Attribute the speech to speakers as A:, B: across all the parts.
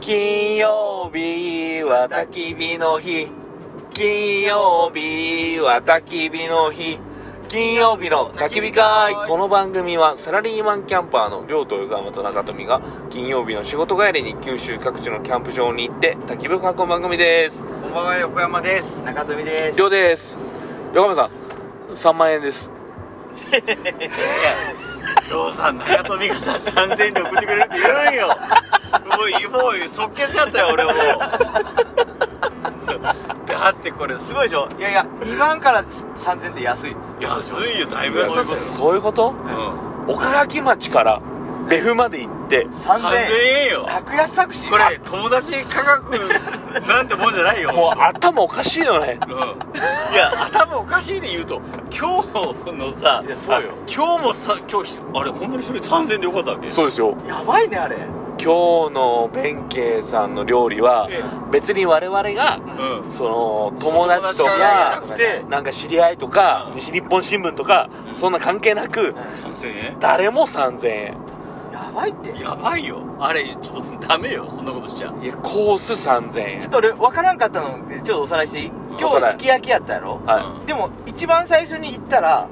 A: 金曜日は焚き火の日金曜日は焚き火の日金曜日の焚き火会この番組はサラリーマンキャンパーの亮と横山と中富が金曜日の仕事帰りに九州各地のキャンプ場に行って焚き火を囲む番組です
B: こんばんは横山です中富で
A: 亮です横山さん3万円です
B: ようさん中富がさ3000円で送ってくれるって言うんよもうもう即決やったよ俺もだってこれすごいでしょ
C: いやいや、2万から3000って安い。
B: 安いよだいぶ安いこと
A: そういうこと
B: よ、うん、
A: 岡垣町からレフまで行って
B: 3000
C: 3000
B: 円よ
C: 格安タクシー
B: これ友達価格なんてもんじゃないよ
A: もう頭おかしいよね
B: うん、いや頭おかしいで言うと今日のさ
C: いや、そうよ。
B: 今日もさ今日ひあれ本当に一人3000円でよかったわけ
A: そうですよ
C: やばいね、あれ。
A: 今日の弁慶さんの料理は
B: え
A: 別に我々が
B: うん
A: その友達と
B: から
A: か
B: じゃなくて
A: なんか知り合いとか
B: うん
A: 西日本新聞とかそんな関係なく
B: 3000円
A: 誰も3000円
C: やばいって。ちょ
B: やばいよあれちょっとダメよそんなことしちゃ
A: いやコース3000円
C: っと俺、わからんかったの、ちょっとおさらいしていい今
A: おさらい
C: 日、すき焼きやったやろ
A: は
C: でも、一番最初に行ったら、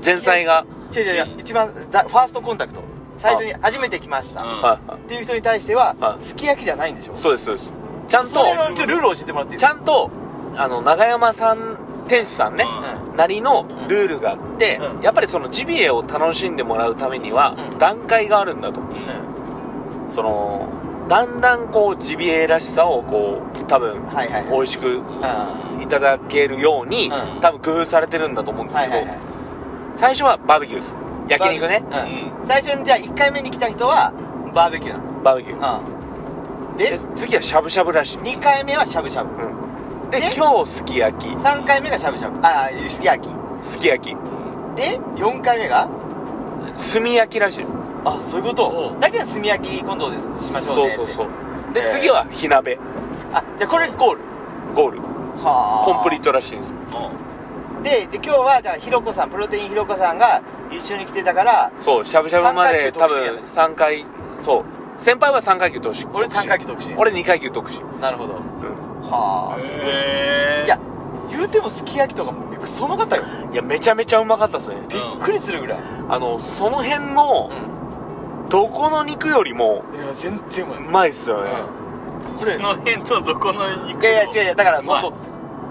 A: い前菜が
C: 違う違う違う、一番、だファーストコンタクト。最初に初めて来ました。っ
B: うん
A: はいはい
C: ていう人に対しては
A: は、い
C: すき焼きじゃないんでしょ
A: そうですそうですちゃんと
C: それのちょっとルールを教えてもらっていい
A: ちゃんとあの長山さん店主さんね
B: うん
A: なりのルールがあって
C: うん
A: やっぱりそのジビエを楽しんでもらうためには
C: うん
A: 段階があるんだと
C: うん。うん
A: そのだんだんこうジビエらしさをこう多分
C: はいはいはい。
A: 美味しく
C: あ
A: いただけるように、
C: うん
A: 多分工夫されてるんだと思うん
C: ー
A: です
C: は
A: け
C: い
A: ど、
C: はいはい。
A: 最初はバーベキューです焼肉ね
C: バーベ。
B: う
C: うん。最初に、じゃあ、1回目に来た人は、バーベキュー
A: バーベキュー
C: なの。うん。
A: で
C: で、
A: 次はしゃぶしゃぶらしい、
C: 2回目はしゃぶしゃぶ。
A: うん、で
C: で
A: 今日すき焼き
C: 3回目がしゃぶしゃぶああすき焼き
A: すき焼き
C: で4回目が
A: 炭焼きらしいです
C: あそういうこ
B: お
C: と
B: う
C: だけど炭焼き今度ですしましょう
A: そう
C: ね
A: そうそううで、
C: えー
A: 次は火鍋
C: あじゃあこれゴール
A: ゴール
C: はあ
A: コンプリートらしいんですよ
B: ん
C: トでで今日はじゃあひろこさんプロテインひろこさんが一緒に来てたから
A: そうしゃぶしゃぶまで多
C: 三階級特進やね
A: 分3回そう先輩は3階級特進
C: 俺3回忌特進
A: 俺2階級特進
C: なるほどはあすごい
B: へえ
C: いや言うてもすき焼きとかもクソうまかったよ
A: いやめちゃめちゃうまかったですね
C: びっくりするぐらい
A: あのその辺の
C: う
A: どこの肉よりも
C: んいや全然うまいう
A: まいっすよね、
C: うんこれ
B: この辺とどこの肉
C: いやいや違う違うだから
B: うまい
C: 本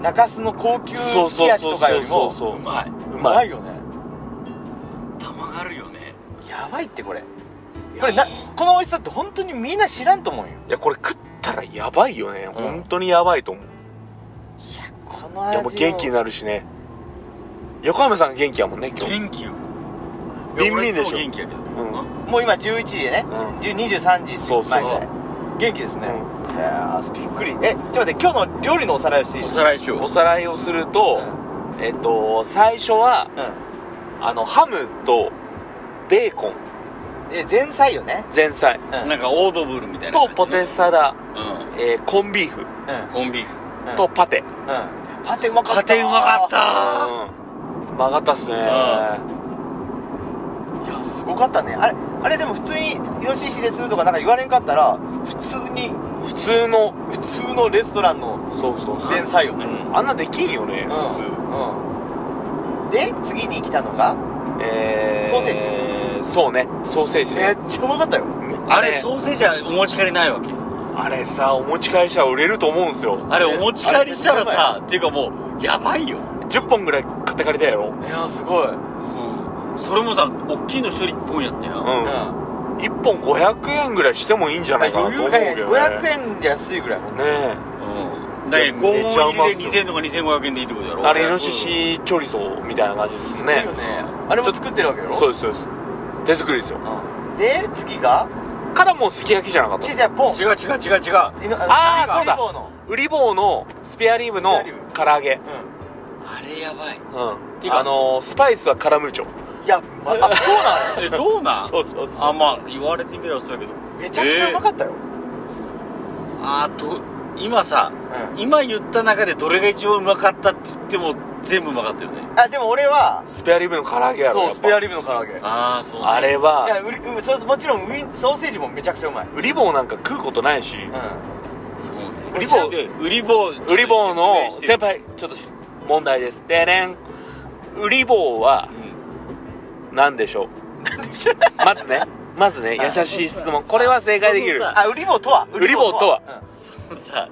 C: 当中洲の高級すき焼きとかよりも
A: そう
B: まいう
C: う
A: ま
C: ま
A: い
C: いよね
B: たまがるよね
C: やばいってこれこれなこの美味しさって本当にみんな知らんと思うよ
A: いやこれ食ったらやばいよね、
C: うん
A: 本当にやばいと思う
C: いやこの
A: い
C: 味
A: やもう元気になるしね横山さん元気やもんね今日
B: 元気よ
A: ビンビンでしょ
B: いや俺いつも元気やけど
A: ん
B: うん
C: もう今11時でね、
A: うん
C: 10 23時
A: そうそう
C: 前ぐらい元気ですね、いやーびっくりえちょっと待って今日の料理のおさらいをしていい
B: おさらいしよう
A: おさらいをすると、えっと最初は
C: うん、うん、
A: あのハムとベーコン
C: え前菜よね
A: 前菜
C: うん
B: なんかオードブルみたいな
A: と
B: 感じ
A: ポテサラ、
B: う
A: えーコンビーフ
C: うん
B: んコンビーフ
C: うん
A: とパテ
C: うんパテうまかった
B: パテうまかった
A: うん曲がったっすね
C: いやすごかったねあれあれでも普通に「よししです」とかなんか言われんかったら普通に
A: 普通の
C: 普通のレストランの
A: そうそう
C: 前菜よ
B: う
C: ね、
B: ん
A: あんなできんよね、
C: うん
A: 普通
C: うんで次に来たのが
A: え
C: ソーセ
A: ージそうねソーセージ
C: めっちゃうまかったよ
B: あれ
A: う
B: ソーセージはお持ち帰りないわけ
A: あれさお持ち帰りしたら売れると思うんすよ
B: あれお持ち帰りした
C: あれ
B: ら
C: 絶対うまい
B: さっていうかもうやばいよ
A: 10本ぐらい買って帰りたいやろ
C: いやすごい
B: うんそれもさ大きいの一人一本やった
A: う
B: よ
C: うん
A: ん1本500円ぐらいしてもいいんじゃないかなと思うけどね
C: 500円で安いぐらいほんと
A: ね
B: だけど
A: いやめっちゃう
B: 拷問
A: ま
B: 入
A: いっ
B: り
A: す
B: で
A: よ
B: 2000とか2500円でいいってことや
A: え
B: ろ
A: あれイノシシチョリソーみたいな感じです
C: いい
A: ね
C: よねあれも作ってるわけよ
A: そう
C: う、
A: ですそうです手作りですよ
C: うん、で次が
A: からもうすき焼きじゃなかった
C: ちじゃポン
B: 違う違う違
C: い
B: う違う
C: の
A: あー
C: の
A: そうだ
C: ハリボーの
A: ウリボーのスペアリブの
C: スペアリブ
A: 唐揚げうん
B: あれやばいてか
A: あのースパイスはカラムーチョ
C: うんいや、ま、あそうなのよ
B: え そうな ん
A: そうそうそう
B: あまあ言われてみればそうやけど
C: めちゃくちゃうまかったよ、
B: あーと今さ今言った中でどれが一番うまかったって言っても全部うまかったよね
C: あでも俺は
A: スペアリブの唐揚げやろ
C: そうスペア
A: リ
C: リブの唐揚げい
B: ああそうね
A: あれ
C: や
A: は
C: うりうんそうもちろんウィンソーセージもめちゃくちゃうまい
A: ウリボウなんか食うことないし、
C: う
B: そうね
A: ウリボウ
B: ウリボウ
A: ウリボウの先輩ちょっと問題ですでれんウリボウは何でしょうまずねまずね優しい質問これは正解できる
B: その
C: んあウリボウとは
A: ウリボウとは
C: うん
B: そのさ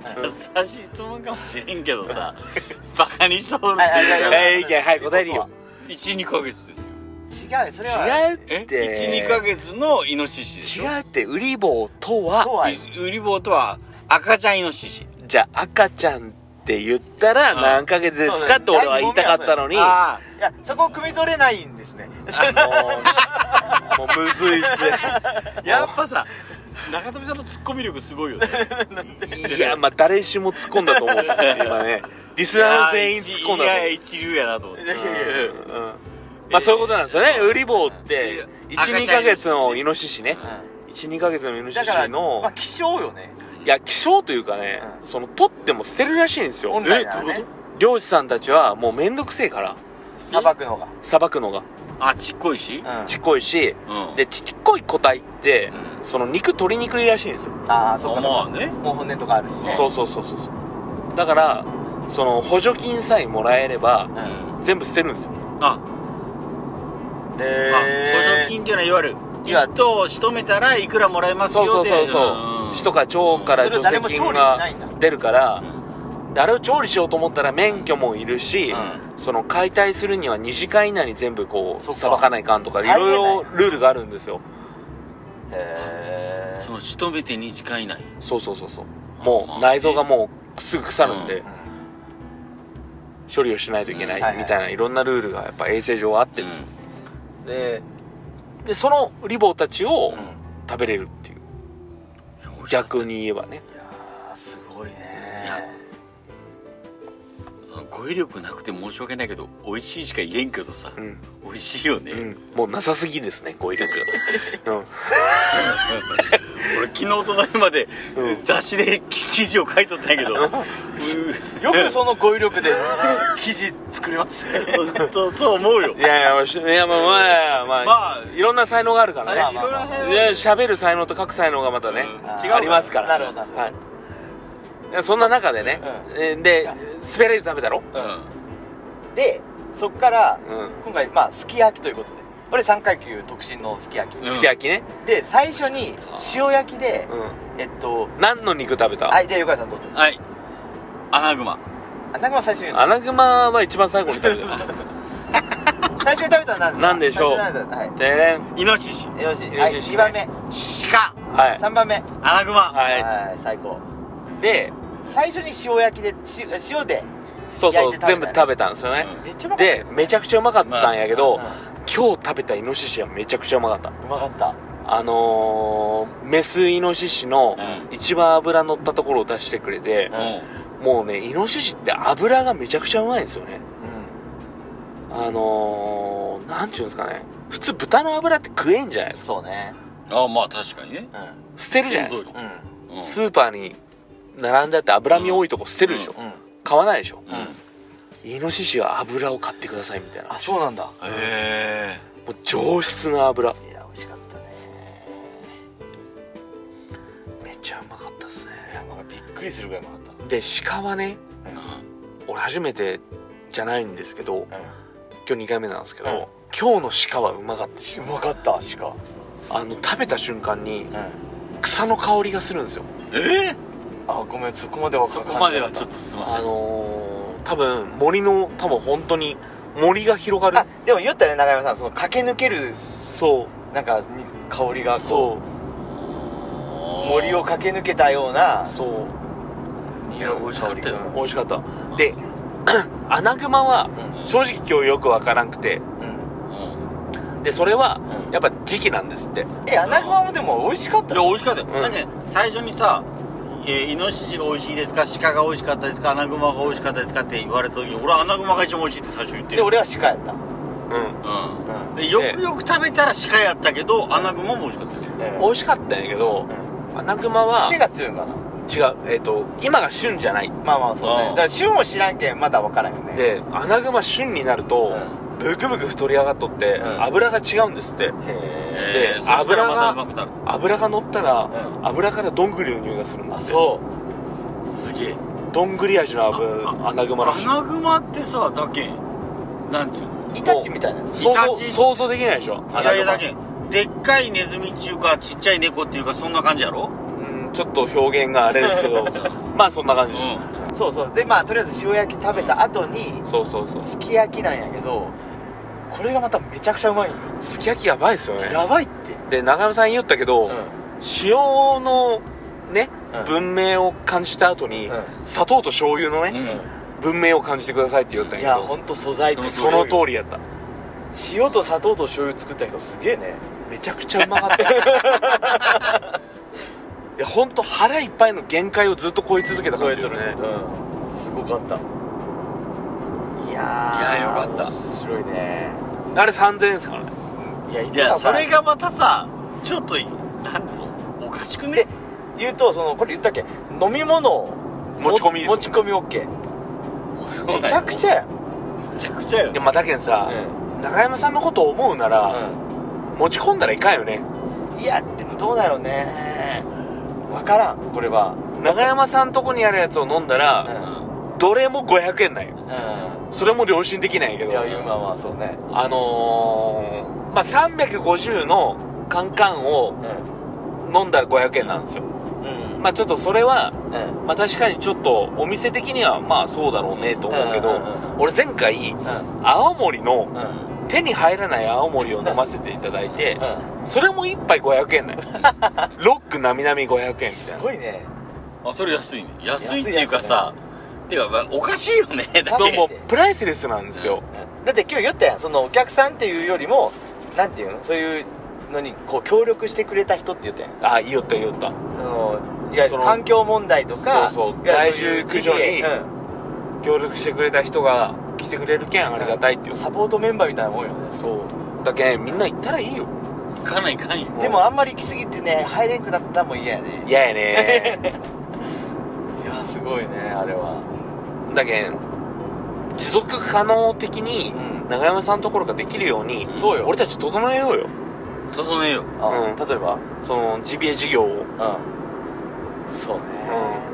B: 優しい質問かもしれんけどさ バカにしとる
C: はいはいはい
A: えー、意見はい答えるよ
B: 12ヶ月ですよ
C: 違うそれは
A: 違うっ
B: え
A: て
B: 12ヶ月のイノシシでしょ
A: 違うってウリボウと
C: と
A: は
C: はい
B: ウリボウとは赤ちゃんイノシシ
A: じゃあ赤ちゃんって言ったら
B: うん
A: 何ヶ月ですかって俺は言いたかったのにも
B: あ
C: いやそこを汲み取れないんですね
A: うもうむずいっ
B: あ やっぱさ中富さんのツッコミ力すごいよね
A: すねいやまあ誰しも突っ込んだと思うし今ねリスナーの全員突っ込んだと
B: いや
A: 思う
B: 一流やなと思って
C: いやいやいや
A: うんまあそういうことなんですよねウリボウって
B: いや
A: 12ヶ月のイノシシね
C: う
A: 12ヶ月のイノ
C: ん
A: シ
C: だから
A: シ
C: ま
A: の
C: あ希少よね
A: いや希少というかね
C: うん
A: その取っても捨てるらしいんですよ
C: 本来なら
B: えどうい
C: ね
B: うこ
A: 漁師さんたちはもうめんどくせえから
C: 砂漠の方が
A: さばくのが
B: あちっこいし
C: うん
A: ちっこいし
B: うん
A: でちっこい個体って
B: う
A: その肉取りにくいらしいんですよ
C: ああそっかそっか
B: まあね
C: もう骨とかあるしね
A: そうそうそうそうそうだからその補助金さえもらえれば
C: うん
A: 全部捨てるんですよ
B: あ
C: え
B: まあ補助金っていうのはいわゆる
C: いや
B: 1頭仕留めたらいくらもらえます
A: そうそ
B: よ
A: う
B: って
A: そう
B: ん
A: そううん血とか腸から
C: それ
A: 除
C: を誰も
A: 菌
C: 調理しな
A: が
C: いんだ
A: 出るか
B: う
A: ら
B: ん
A: であれを調理しようと思ったら免許もいるし、
B: う
A: その解体するには2時間以内に全部こ
C: そっ
A: う
C: か
A: さばかないかんとかい
C: 大変だ
A: ろ
C: よ
A: いろルールがあるんですよ
C: へえ
B: その仕留めて2時間以内
A: そうそうそうそう
B: ま
A: も
B: あ
A: う内臓がもうすぐ腐るんで
C: うん
A: 処理をしないといけな
C: うんはい
A: い
C: はい
A: みたいないろんなルールがやっぱ衛生上はあってですよででそのウリボウたちを食べれるっていう逆に言えばね
C: いやーすごいね
B: いやその語彙力なくて申し訳ないけど美味しいしか言えんけどさ、
A: うん、
B: 美味しいよね、
A: うん、もうなさすぎですね語彙 力、うん、
B: 俺昨日とだいまで、
A: うん
B: 雑誌で記事を書いとったんやけど
C: よくその語彙力で生地作りますね
B: 本当 そう思うよ
A: いやいやまあしいやまあまあまあ、
B: ま あ
A: いろんな才能があるからね
C: まあまあまあ
A: いや喋る才能と書く才能がまたね、
B: うん
C: あー
A: 違うありますから
C: なるほどなるほど
A: はいいやそんな中でね、えーでスペレーで食べたろ
C: でそっから
A: うん
C: 今回まあすき焼きということで俺3階級特進のすき焼き
B: うん
A: すき焼きね、
C: で最初に塩焼きで
A: う
C: えっと
A: ん、何の肉食べた、
C: はいじゃあ横川さんどうぞ
B: うんはいアナグマ
C: あ中間最初に言うの
A: アナグマは一番最後に食べたよ
C: 最初に食べたのは何ですか
A: 何でしょう
C: 最初に食べたのは
A: でれん
B: イノシシ
C: いよろしい
A: よろ
C: は
A: しい
C: い
A: です
C: 2
A: ね
C: 番目
B: 鹿
A: はい
C: 3番目
B: アナグマ、
A: は
C: はい最高
A: いで
C: 最初に塩焼きでし塩で
A: そうそう
C: 焼いて食べたね
A: 全部食べたんですよね、
C: めっちゃうまかった
A: でめちゃくちゃうまかったんやけど、
C: まあ
A: 今日食べたイノシシはめちゃくちゃうまかった
C: うまかった
A: あのー、メスイノシシの
B: う
A: 一番脂乗ったところを出してくれて、
C: うん
A: もうねイノシシって脂がめちゃくちゃうまいんですよね
C: う
A: あのー、なんていうんですかね普通豚の脂って食えんじゃないで
C: ん
A: すか
C: そうね
B: うんあまあ確かにね、
C: う
A: 捨てるじゃないですか
C: んうん
B: うん
A: スーパーに並んであって脂身多いとこ捨てるでしょ、
C: うん
A: 買わないでしょ、
B: うん
A: イノシシは油を買ってくださいみたいな
C: あそうなんだ
B: へえ
A: もう上質な油
C: いや美味しかったね
A: めっちゃうまかったっすね
C: いやなんかびっくりするぐらいうまかっ
A: で鹿はね俺初めてじゃないんですけど
C: たうん
A: 今日2回目なんですけど、
C: うん
A: 今日の鹿はうまかっ
C: しうまかった鹿
A: たあの食べた瞬間に
C: うん
A: 草の香りがするんですよ
B: えー、
C: あごめんそこまでは
B: そこまではちょっとすいま
A: あ
B: せん
A: のー、多分森の多分本当に森が広が
C: あ
A: る
C: でも言ったよね中山さんその駆け抜ける
A: そ
C: なんかに香りが
A: う
C: こ
A: そう
C: う森を駆け抜けたような
A: そう
C: い
B: いや美味しかったよ
A: 美味しかったで アナグマは
C: うん
A: 正直今日よくわからなくて
C: うん
B: うん
A: でそれは
C: うん
A: やっぱ時期なんですって
C: え穴熊もでも美味しかった
B: いや美味しかったよ、
A: ん
B: だって最初にさ、えーイノシシが美味しいですか鹿が美味しかったですかアナグマが美味しかったですかって言われた時に俺はアナグマが一番美味しいって最初言って
C: で
B: る
C: 俺は鹿やった
A: うん
B: う
C: うん
B: んでよくよく食べたら鹿やったけどアナグマも美味しかったよ
A: 美味しかったんやけど
C: うん
A: アナグマは
C: 癖が強いのかな
A: 違うえっ、と今が旬じゃない
C: まあまあそうね
B: う
C: だ
B: ん
C: から旬を知らんけんまだ分からんよね
A: でアナグマ旬になると、ブクブク太り上がっとって、
C: うん
A: 油が違うんですって
C: へ
B: え
A: で
B: ーそしたら
A: 油
B: また
A: が
B: うまくなる
A: 油が乗ったら、
C: う
A: 油からどんぐりの匂いがするん
C: え
A: だ
C: あ
A: って
C: そう
B: すげえ
A: どんぐり味の油アナグマらしい
B: アナグマってさだけなんつうの
C: イタチみたいなやつ
A: 想
B: イタ
A: 像
B: チ
A: 想像できないでしょア
B: い
A: ナ
B: や
A: グ
B: いや
A: マ
B: だけでっかいネズミっちゅうかちっちゃい猫っていうかそんな感じやろ
A: うんちょっと表現があれですけどまあそんな感
B: う
A: じ、
B: ん
C: そうそうでまあとりあえず塩焼き食べた後に
A: そうそうそう
C: すき焼きなんやけどこれがまためちゃくちゃうまいんよ
A: すき焼きやばいっすよね
C: やばいって
A: で長山さん言ったけど、
C: う
A: 塩のね、
C: うん
A: 文明を感じた後に、
C: うん
A: 砂糖と醤油のね、
B: うん
A: 文明を感じてくださいって言ったん
C: んい
A: や
C: や
A: けど
C: ほんと素材って
A: その通りやった
C: 塩と砂糖と醤油作った人すげえね
A: めちゃくちゃうまかったい や本当腹いっぱいの限界をずっと超え続けた感じよね
C: うんすごかったいやー
B: いやよかった
C: 面白いね
A: あれ3000円ですからね
C: いやい
B: いやそれ
C: が
B: がまたさちょっとなんていうのおかしくね
C: で言うとそのこれ言ったっけ飲み物を
A: 持ち込みですもんね
C: 持ち込み OK めちゃくちゃや
B: めちゃくちゃよ
A: でまあだけんさ、長山さんのことを思うなら、
C: う
A: 持ち込んだらいかんよね
C: んいやでもどうだろうね分からんこれは
A: 長山さんとこにあるやつを飲んだ
C: う
A: ら、
C: ん
A: どれも500円なんよ
C: う
A: それも良心できないけ
C: ん
A: ど
C: いや今はそうね
A: あのー、まあ350のカンカンを
C: う
A: 飲んだら500円なんですよ
C: んうん
A: まあちょっとそれは
C: うん
A: まあ確かにちょっとお店的にはまあそうだろうねと思うけ
C: うん
A: ど
C: うんうん
A: 俺前回
C: うん
A: 青森の
C: うん
A: 手に入らない青森を飲ませていただいて
C: う
A: それも1杯500円だ よロックなみなみ500円みた
C: んす
A: いな
C: ごいね
B: あそれ安いね安いっていうかさていうかまあおかしいよね だって
C: どう
A: もうプライスレスなんですよ
C: だって今日言ったやんそのお客さんっていうよりもなんていうのそういうのにこう協力してくれた人って言ったやん
A: ああいいよったいいよった
C: あのいわゆ
A: そ
C: る
A: の
C: 環境問題とか
A: そうそう
C: いわゆるそういう
A: 第19条に
C: うん
A: 協力してくれた人が来てくれるけんありがたいっていう
C: サポートメンバーみたいなもんよね
A: そうだけんみんな行ったらいいよ
B: 行かないかんよ
A: うん
C: でもあんまり行き過ぎてね入れんくなったらもう嫌やね
A: 嫌やね
C: いやすごいねあれは
A: だけん持続可能的に
C: うん
A: 長山さんのところができるように
B: うん
C: そうよ
A: 俺たち整えようよ
B: 整えよ
C: あ
A: うん
C: 例えば
A: そのジビエ事業を
C: うんそうね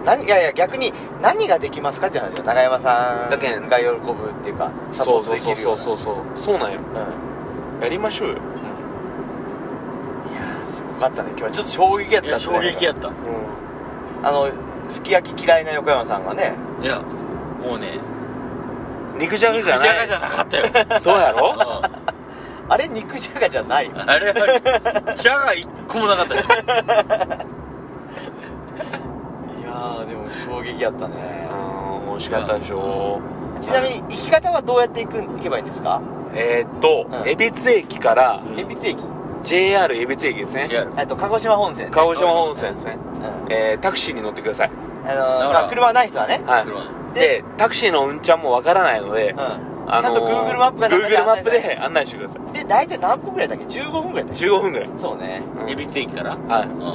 C: 何いやいや逆に何ができますかって話よ長山さんが
A: だ
C: 喜
A: けん
C: ぶっていうかサポートできるような
A: そうそうそうそうそうなんよ
C: うん
A: やりましょうよ、
C: うんいやーすごかったね今日はちょっと衝撃やっ
B: い
C: た
B: や
C: っすね
B: 衝撃やった
C: あのすき焼き嫌いな横山さんがね
B: いやもうね
A: 肉じゃがじゃ
B: 肉じゃが
A: ない
B: じゃなかったよ
A: そうやろ
B: う
C: あれ肉じゃがじゃない
B: んあれはじゃが一個もなかったじゃん
C: いやーでも衝撃やったね
A: うん美味しかったでしょ
C: ちなみに行き方はどうやって行く行けばいいんですか
A: えー、っと
C: うん
A: 恵比寿駅から
B: うん
C: 恵比寿駅
A: JR 恵比寿駅ですね
B: 違う
C: えっと鹿児島本線ね、
A: 鹿児島本線ですね、
C: うんあの
A: えー、タクシーに乗ってください
C: ーまあ車ない人はね
A: はい
B: 車
A: でタクシーの運ちゃんもわからないので、
C: うんちゃんと Google マップが
A: Google マップ
C: 案内
A: で 案内してください
C: されてで大体何分ぐらいだっけ15分ぐらいだっけ
A: 15分ぐらい、
C: そうね
A: うん
B: エビテ駅から
A: は
B: うんうん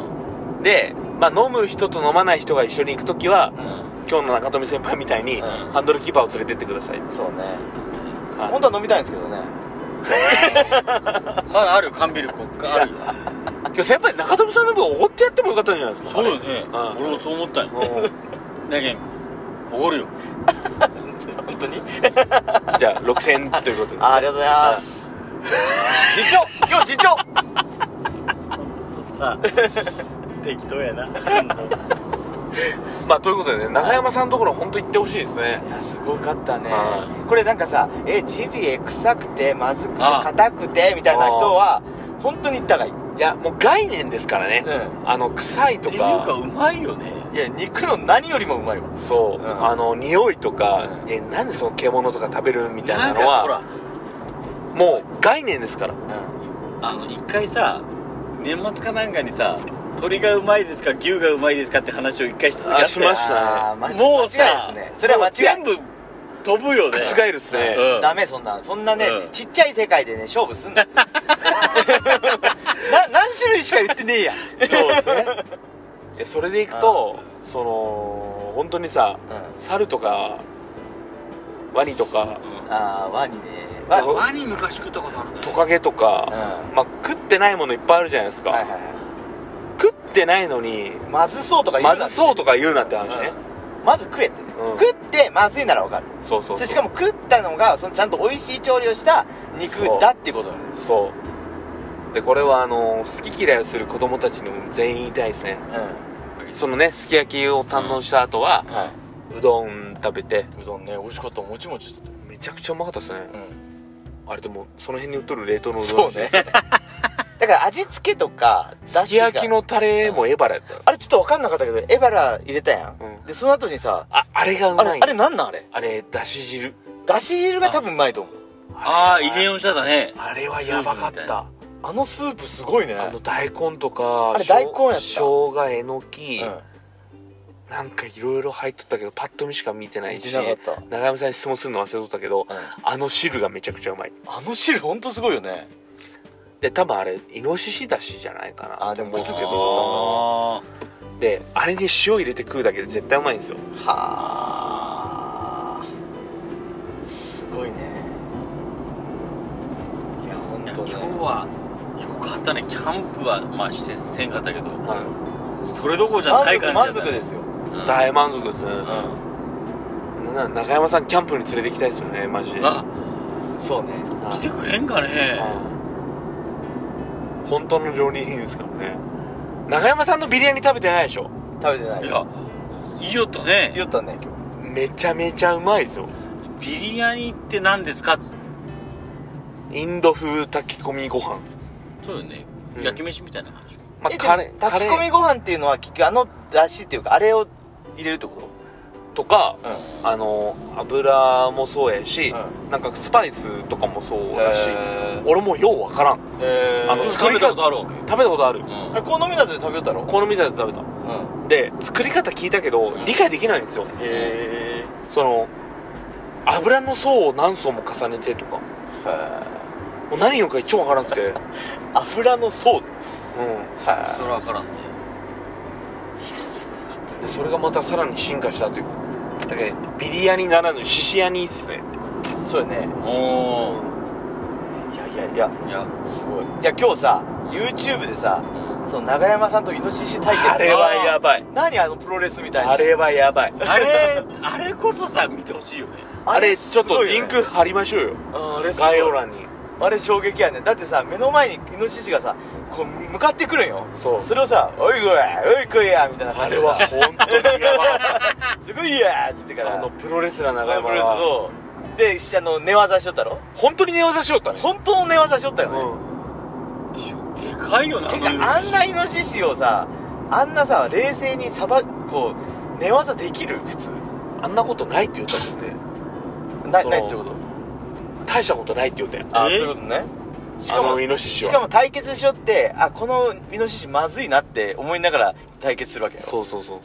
A: いで、まあ、飲む人と飲まない人が一緒に行く時は
C: うん、
A: 今日の中富先輩みたいに、
C: うん
A: ハンドルキーパーを連れてってください、
C: そうね
A: はい
C: 本当は飲みたいんですけどね
B: まだあるよ缶ビールこっかあるよ
A: 今日先輩中富さんの分おごってやってもよかったんじゃないですか
B: そうよね
A: あれ
B: 俺もそう思ったんよ
A: うん
B: だけんおごるよ
C: 本当に
A: じゃあ6000円ということです
C: あありがとうございます。次長よ次長
B: さ適当やな
A: まあということでね長山さんのところ本当行ってほしいですね
C: いや、すごかったね
A: は。
C: これなんかさ、え、ジビエ臭くて、まずくて、
B: ああ
C: 硬くて、みたいな人は、本当に行った方がいい。
A: いやもう概念ですからね、
C: う
A: あの臭いと
B: っていうか
A: か
B: うまいよね
C: ん。いや、肉の何よりもうまいわ。
A: そう、
C: うん
A: あの匂いとか、
C: うん
A: えなんでその獣とか食べるみたいなの
B: かほ
A: は
B: ら
A: もう概念ですから
B: あの一回さ年末かなんかにさ鶏がうまいですか牛がうまいですかって話を一回した時あった
A: あしましたね
C: ああま
B: もう
C: 間違
B: さ
C: いですね。それは間違い
B: 全。部飛ぶよね
A: 覆るっすね
B: うん
C: ダメ、そんな。そんなね
B: うん、
C: ちっちゃい世界でね、勝負すん な。な、何種類しか言ってねえやん。
A: そうですねえそれでいくとその本当にさ
C: うん、
A: 猿とかワニとか
B: うん
C: ああワニね
A: あ
C: ワ
A: と
B: ワニ昔食ったことあるね
A: トカゲと
C: うん
A: か、
C: は
A: まあ、食ってないものいっぱいあるじゃないです
C: い
A: か、
C: はいは
A: 食ってないのに
C: いまずそうとか言う
A: ま
C: な
A: ずそうとか言うなって話ね、
C: うんまず食えって、
A: うん
C: 食ってまずいならわかる
A: そうそうそ
C: そ
A: う
C: れしかも食ったのがそのちゃんと美味しい調理をした肉だっていうことなんで
A: そうでこれはあの好き嫌いをする子供たちにも全員言いたいですね
C: す
A: そのねすき焼きを堪能した後は
C: うん、は
A: うどん食べて
C: い、うどんね美味しかったもちもちして
A: めちゃくちゃうまかったですね
C: た、うん、
A: あれでもその辺に売っとる冷凍のうど
C: そ
A: ん
C: うね だから味付けとか
A: すき焼きのタレもエバラやったよ
C: あれちょっと分かんなかったけどエバラ入れたやん、
A: うん
C: でその後にさ
A: ああれがう
C: あ
A: まい
C: れあれなんなんあれ
A: あれだし汁
C: だし汁が多分うまいと思う
B: ああ入れようしただね
A: あれはやばかった
C: あのスープすごいね
A: あの大根とか
C: あれ大根やった
A: しょうがえのき、
C: うん
A: なんかいろいろ入っとったけどパッと見しか見てない
C: 見
A: して
C: なかった
A: 長山さんに質問するの忘れとったけど、
C: うん
A: あの汁がめちゃくちゃうまい
C: あの汁ほんとすごいよね
A: で多分あれイノシシだしじゃないかな
C: あでも
A: 映って
C: 映
A: る
C: って
A: け
C: る
A: ど
B: あ
A: であれに塩入れて食うだけで絶対うまいんですよ
C: はあすごいねいやほん
B: ーいや
C: と
B: 今日
C: ね
B: はよかったねキャンプはまあしてせんかったけど
C: うん
B: それどころじゃな
C: 満
B: い感
C: 足満
B: じだった
C: 足ですよ
B: うん
A: 大満足ですね、
B: うん
A: なんなら中山さんキャンプに連れて行きたいですよねマジで
B: あ
C: そうね
A: はい
B: 来てくれんかね
A: はい本当の料理人ですからね中山さんのビリヤニ食べてないでしょ
C: 食べてない
B: い
C: よ
B: やいいよったね
C: 言ったね今
A: めちゃめちゃうまいですよ
B: ビリヤニって何ですか
A: インド風炊き込みご飯
B: そうよね、
A: うん
B: 焼き飯みたいな感じ
A: ま
C: 日
A: あ
C: え
A: カレ
C: で
A: ー
C: も
A: カ
C: 炊き
A: レ
C: 込み
A: ー
C: ご飯っていうのは結局あのだしっていうかあれを入れるってこと
A: とか
C: うん
A: あの油もそうやし、
C: う
A: なんかスパイスとかもそうらしい、
C: へー
A: 俺もようわからん
C: え
A: あ
C: あ
A: の
C: の
A: 作り方
B: 食べたことあるわけ
A: 食べたことある、
C: あれ好みだとで食べよったろ
A: この店で食べた
C: うん
A: で作り方聞いたけど
B: うん
A: 理解できないんですよ
C: へえ
A: その油の層を何層も重ねてとかもう何言うか一応わからなく てうん
C: 油の層は
B: それは分からんね
C: いやすごかった
A: でそれがまたさらに進化したというだからビリヤニならぬシシヤニっすね
C: そうよね
B: おお
C: いやいやいや
B: いや、
C: すごいいや今日さ YouTube でさその長山さんとイノシシ対決
A: あれはやばい
C: 何あのプロレスみたいな
A: あれはやばい
B: あれあれこそさ見てほしいよね
A: あれちょっ
C: すご
A: と
C: いよね
A: リンク貼りましょうよ
C: うんあれすごい
A: 概要欄に
C: あれ衝撃やねだってさ目の前にイノシシがさこう向かってくるんよ
A: そう
C: それをさ「おいこやおいこや」みたいな
A: あ
C: 感じ
A: れ
C: でさ
A: は本当にやばい
C: すごいやーっつってか ら
A: あのプロレスラー長
C: プ
A: 山
C: ロレス
A: は
C: のでしあの寝技しとったろ
A: 本当に寝技しよったね
C: 本当の寝技しとったよね、
A: う
B: でかいよな
C: て
B: あの
C: かあんなイノシシをさあんなさ冷静にさばこう寝技できる普通
A: んあんなことないって言ったもんね
C: な
A: そう
C: ないってこと
A: 大したことないって言ったやん
C: あそう
B: え
C: いうことねし
A: あ
C: かも
A: のイノシシ
C: し
A: は
C: かも対決しよってあこのイノシシまずいなって思いながら対決するわけよ
A: そうそうそう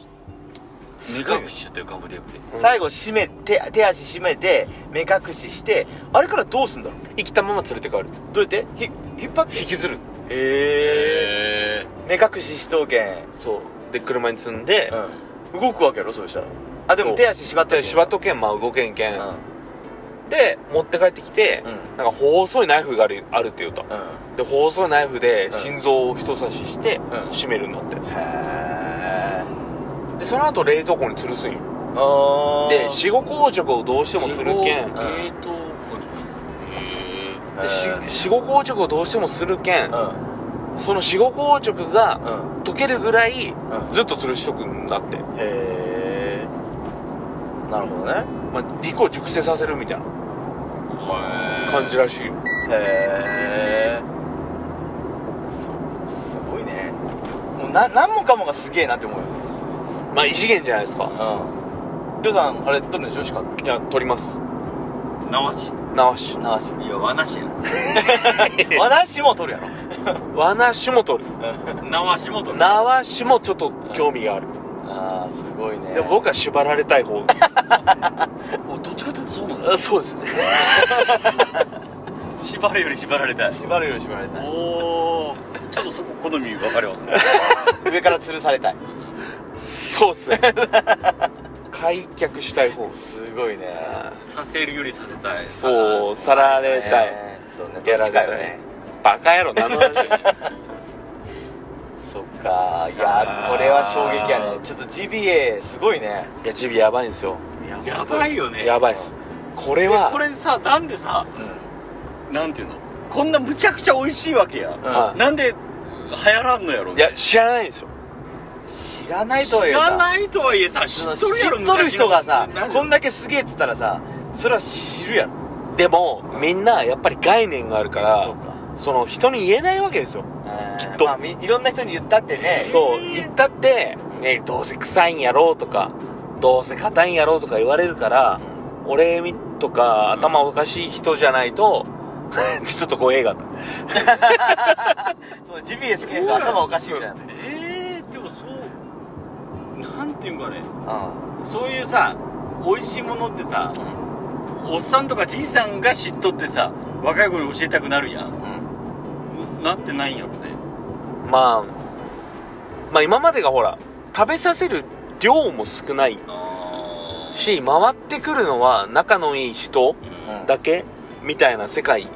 B: 目隠しというかムテープで
A: うん
C: 最後締め手手足締めて目隠ししてあれからどうすんだろう
A: 生きたまま連れて帰る
C: どうやってひ引っ張って
A: 引きずる
C: へえ
B: へえ
C: 目隠ししとうけん、
A: そうで車に積んで、
C: うん、動くわけやろそうしたらあで
A: そ
C: も
A: う
C: 手足縛っと
A: で縛っ
C: と
A: とけんまあ動けんけ、
C: うんんうん
A: で持って帰ってきて、
C: うん
A: なんか細いナイフがあるあるって言うとで細いナイフで
C: うん
A: 心臓を人差しして
C: ん
A: 締めるんだって、
C: へえ
A: でその後冷凍庫に吊るすんよ
C: あー
A: で死後硬直をどうしてもするけん
B: 冷
A: で
B: 凍庫にへえ
C: うん
A: 死死後硬直をどうしてもするけん
C: うん
A: その死後硬直が
C: うん
A: 溶けるぐらい
C: うん
A: ずっと吊るしとくんだって、
C: へえなるほどね
A: まあ、肉を熟成させるみたいな感じらしいよ
C: へえそうすごいねもうな何もかもがすげえなって思うよね
A: まあ異次元じゃないですか
C: うんりょうさんあれ撮るんでしょしか
A: いや取ります
B: 縄し
A: 縄 し
C: なし
B: いや和なしや
C: 和なしも撮るやろ
A: 和なしも取る
B: 縄しもと
A: 縄しもちょっと興味がある、
C: ああすごいね
A: でも僕は縛られたい方
B: おどっちかっていうとそうなんだ
A: あそうですね
B: 縛るより縛られたい
C: 縛るより縛られた い
B: おおちょっとそこ好み分かれますね
C: 上から吊るされたい
A: そうっすね開脚したい方
C: すごいね
B: させるよりさせたい
A: そうさられたい
C: ねそうね
A: やられたい
C: どっちかよね
A: バカ野郎何の話
C: そっかいやーこれは衝撃やねちょっとジビエすごいね
A: いやジビエやばいんですよ
B: やばいよね
A: やばいっすこれは
B: これさなんでさ
C: う
B: なんていうのこんなむちゃくちゃ美味しいわけや、
A: はい
B: なんで流行らんのやろ
A: いや知らないんですよ
C: ん知らないとは
B: 知
C: 言う
B: らないとはいえさ知
C: その
B: っ
C: 知
B: とるやろ
C: っとる人がさ
B: 昔のなんで
C: こんだけすげえっつったらさそれは知るやろ
A: でもみんなやっぱり概念があるから
C: か
A: その人に言えないわけですよ
C: き
A: っ
C: っ
A: と
C: と、まあ、みいろんな人に言ったってね
A: そう言ったって、ね、どうせ臭いんやろうとかどうせ硬いんやろうとか言われるから俺とか頭おかしい人じゃないと ちょっと怖えがった
C: そのジビエ好きな人頭おかしいみたいな
B: えー、でもそうなんていうんかね
C: う
B: そういうさ美味しいものってさおっさんとかじいさんが知っとってさ若い子に教えたくなるやん
C: ん
B: なってないんやろね
A: まあまあ今までがほら食べさせる量も少ない
B: あー
A: し回ってくるのは仲のいい人
B: うん
A: だけみたいな世界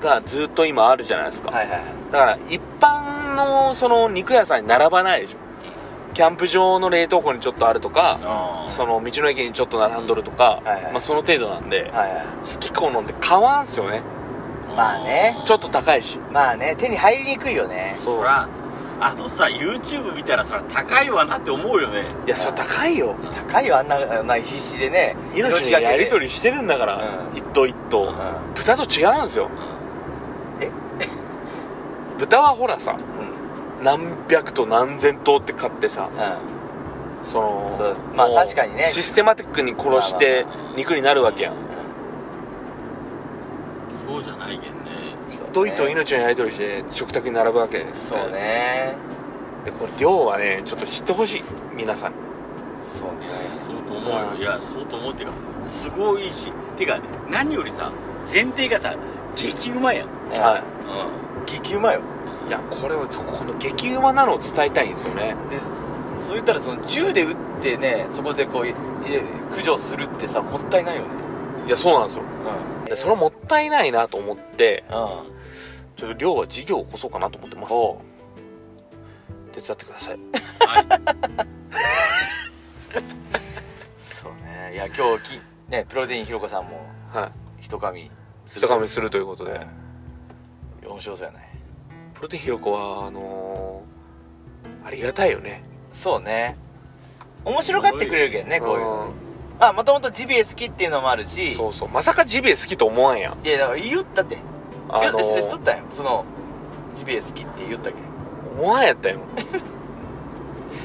A: がずっと今あるじゃないですか、
C: はいはいはい
A: だから一般のその肉屋さんに並ばないでしょキャンプ場の冷凍庫にちょっとあるとか、
B: あー
A: その道の駅にちょっと並んどるとか、
C: はいはい
A: まあ、その程度なんで、
C: はいはい
A: 好き好んで買わんすよね
C: まあね
A: ちょっと高いし
C: まあね手に入りにくいよね
A: そ
B: そうらあのさ YouTube 見たらそら高いわなって思うよね
A: いやそれ高いよ
C: 高いよあんなあんな必死でね
A: 命のやり
C: り
A: 取りしてるんだから、
C: うん
A: 一頭一頭、
C: うん
A: 豚と違うんですよ
C: え
A: 豚はほらさ
C: うん
A: 何百頭何千頭って買ってさ
C: う
A: その
C: そうまあ
A: もう
C: 確かにね
A: システマティックに殺して
B: まあまあまあ
A: 肉になるわけやん、
C: ん
B: そうじゃないけんね
C: そうね
A: どいと命のやり取りして食卓に並ぶわけです
C: そうね
A: でこれ量はねちょっと知ってほしい皆さんに
C: そう
B: い
C: ね
B: やいやそうと思うよ、
A: うん
B: いやそうと思うっていうかすごいしってか何よりさ前提がさ激うまいやんうん
A: はい
C: 激うまいよ
A: いやこれをこの激うまなのを伝えたいんですよね
C: でそう言ったらその銃で撃ってねそこでこういい駆除するってさもったいないよね
A: いやそうなんですよ
C: う
A: でそれもったいないなと思って
C: うん
A: ちょっと量は事業を起こそうかなと思ってます
C: おう
A: 手伝ってください
B: はい
C: そうねいや今日きねプロテインひろこさんも
A: はい
C: 一噛みす
A: 人髪するということで、
C: うん面白そうやね
A: プロテインひろこはあのー、ありがたいよね
C: そうね面白がってくれるけどねこういうの
A: ん
C: まあもともとジビエ好きっていうのもあるし
A: そうそうまさかジビエ好きと思わんやん
C: いやだから言ったって
A: あ
C: 言
A: の
C: ったしとっ
A: ー、
C: たやんそのジビエ好きって言ったけん
A: 思わんやったよ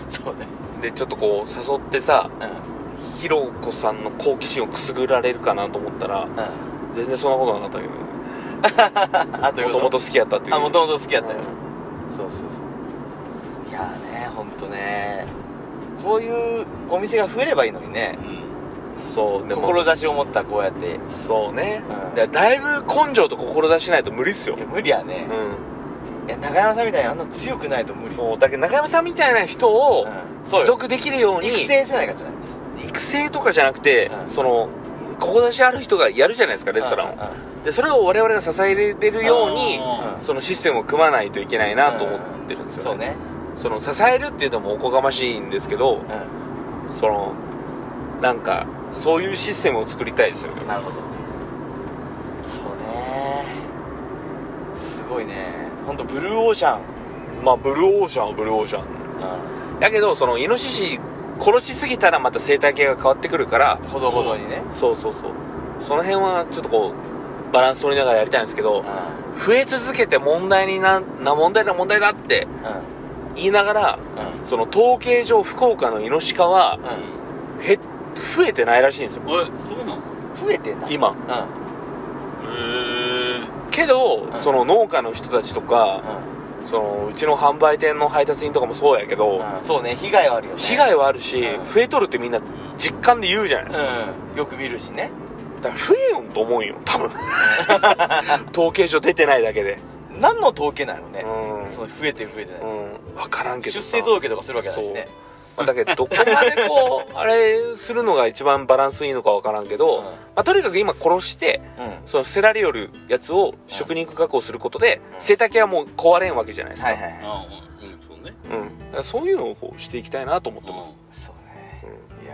C: そうね
A: でちょっとこう誘ってさ
C: うんうん
A: ひろこさんの好奇心をくすぐられるかなと思ったら全然そんなことなかったけどね
C: あと
A: もともと好きやったっていう
C: あもともと好きやったよそうそうそういやーねほんとねこういうお店が増えればいいのにね
A: そうでも
C: 志を持ったこうやって
A: そうね、
C: うん
A: だだいぶ根性と志しないと無理っすよ
C: いや無理やね
A: う、
C: いや中山さんみたいにあんな強くないと無理
A: んそうだけど中山さんみたいな人を
C: うんそ
A: 持
C: うよ
A: 続できるように、
C: 育成せないかじゃない
A: 育成とかじゃなくて、
C: うん
A: その志ある人がやるじゃないですかレストランを、でそれを我々が支えれるように
B: あ
A: そのシステムを組まないといけないなと思ってるんですよ、ねそうねその支えるっていうのもおこがましいんですけど
C: そうね
A: そのなんかそういうシステムを作りたいですよね
C: うんなるほどそうねすごいねほんとブルーオーシャン、
A: まあブルーオーシャンはブルーオーシャンだけどそのイノシシ殺しすぎたらまた生態系が変わってくるから
C: ほどほどにね、
A: そうそうそうその辺はちょっとこうバランス取りながらやりたいんですけど
C: う
A: 増え続けて問題になな問題だ問題だって
C: んうん
A: 言いながら
C: う
A: その統計上福岡のイノシカは
C: んうん
A: 減っ増えてないらしいんですよ
B: えそうなの
C: 増えてんな
A: 今
C: うんうん
B: へえ
A: けど、
C: ん
A: その農家の人たちとか、そのうちの販売店の配達員とかもそうやけど、
C: うんそうね被害はあるよね
A: 被害はあるし、
C: うん
A: 増えとるってみんな実感で言うじゃないですか、
C: うんよく見るしね
A: だから増えよんと思うんよ多分 統計上出てないだけで
C: 何の統計なのね
A: うん
C: その増えてる増えてない
A: うん分からんけど
C: 出
A: さ
C: 生届とかするわけだしね
A: まあ、だけど、どこまでこ う、あれするのが一番バランスいいのかわからんけど、
C: うん
A: まあ、とにかく今殺して、
C: うん
A: その捨てられよるやつを食肉加工することで、生態系はもう壊れんわけじゃないですか。
C: はいはいはい
B: ああうんそうね
A: うん。だからそういうのをこうしていきたいなと思ってます。
C: そうねいや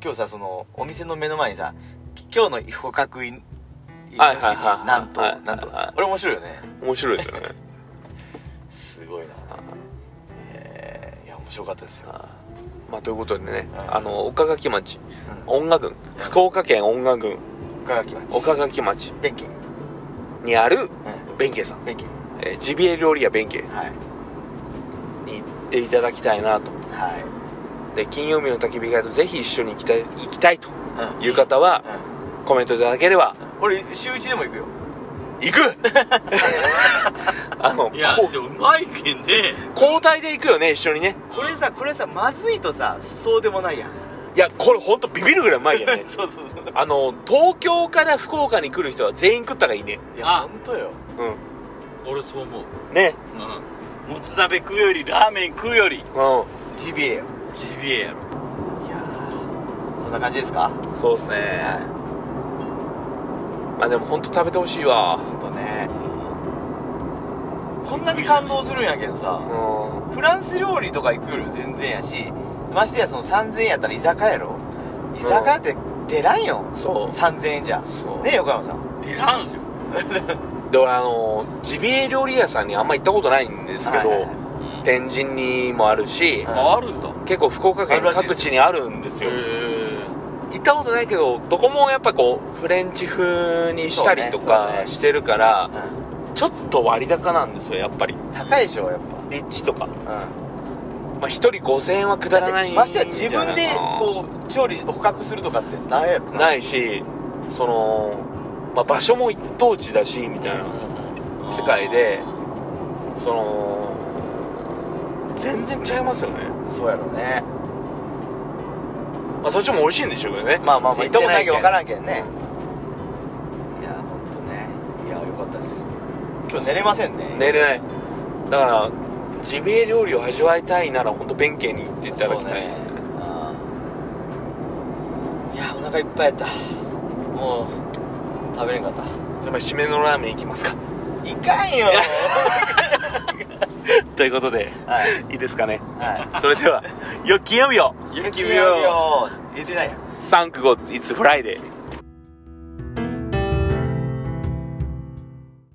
C: ー今日さそのお店の目の前にさ今日の捕獲イノシシ
A: はいはいはい
C: なんと
A: はいはいはい
C: なんとあれ面白いよね
A: 面白いです よね。
C: すごいなえーいや面白かったですよ
A: あーまあ、ということでね、
C: うん
A: あの、岡垣町、
C: うん
A: 音楽郡、福岡県音楽郡、
C: 岡垣町
A: 岡垣町
C: 弁慶
A: にある
C: う
A: 弁慶さん、
C: ん弁慶
A: えージビエ料理屋弁慶
C: はい
A: に行っていただきたいなと。
C: はい
A: で、金曜日の焚き火会とぜひ一緒に行きたい、行きたいと
C: うん
A: いう方は、コメントいただければ、
C: うん俺週一でも行くよ
A: 行くあの、こ
B: いやでもうまいけんね
A: 交代で行くよね、一緒にね。
C: これさこれさまずいとさそうでもないや ん。
A: いや、これほんとビビるぐらいうまいよね
C: そうそうそう
A: あの、東京から福岡に来る人は全員食ったらいいね。
C: い
B: あ
C: や本当よ
A: う。
B: 俺そう思うん
A: ね。
B: うんもつ鍋食うよりラーメン食うより
A: う
C: ジビエよ
B: ジビエやろ
C: いやーそんな感じですか
A: ん。そうですね。
C: は
A: まあでもほんと食べてほしいわ。
C: いほんとねこんなに感動するんやけどさ
A: うん。
C: フランス料理とか行くより全然やしましてやその3000円やったら居酒屋やろ居酒屋って出らんよ
A: そう。
C: 3000円じゃ
A: そう
C: ねえ横山さん
B: 出らんすよ
A: で、俺あの、ジビエ料理屋さんにあんま行ったことないんですけど、
C: はいはいはい
A: 天神にもあるし、
C: はい
B: ああるんだ
A: 結構福岡県各地にあるんですよ。
B: へ
A: 行ったことないけど、どこもやっぱこう、フレンチ風にしたりと
C: そうねそう
A: か
C: ね
A: してるから、
C: う
A: ちょっと割高なんですよ、やっぱり。
C: ん高いでしょやっ
A: 立地とか。
C: ぱうん
A: まあ、一人5000円はくだらないんじゃな
C: まし
A: い
C: て
A: か
C: や
A: な
C: 自分でこう調理捕獲するとかってないやろ
A: ないいしその、まあ、場所も一等地だしみたいな
B: ー
A: 世界でその全然違いますよね、
C: そうやろね
A: まあ、そっちも美味しいんでしょうけどね
C: まあまあまあ行ったことないけど分から
A: ん
C: んけどねいやほんとねいやよかったですよ今日寝れませんね
A: 寝れないだからジビエ料理を味わいたいなら本当弁慶に行っていただきたいですね
C: あーいやお腹いっぱいやったもう食べれんかった
A: つまり締めのラーメン行きますか
C: いかんよ
A: ということで
C: はい
A: いいですかね
C: は
A: それではよき曜日を
C: い
B: よき
C: 君
B: 見よう
C: 言ってないやん
A: 395 It's Friday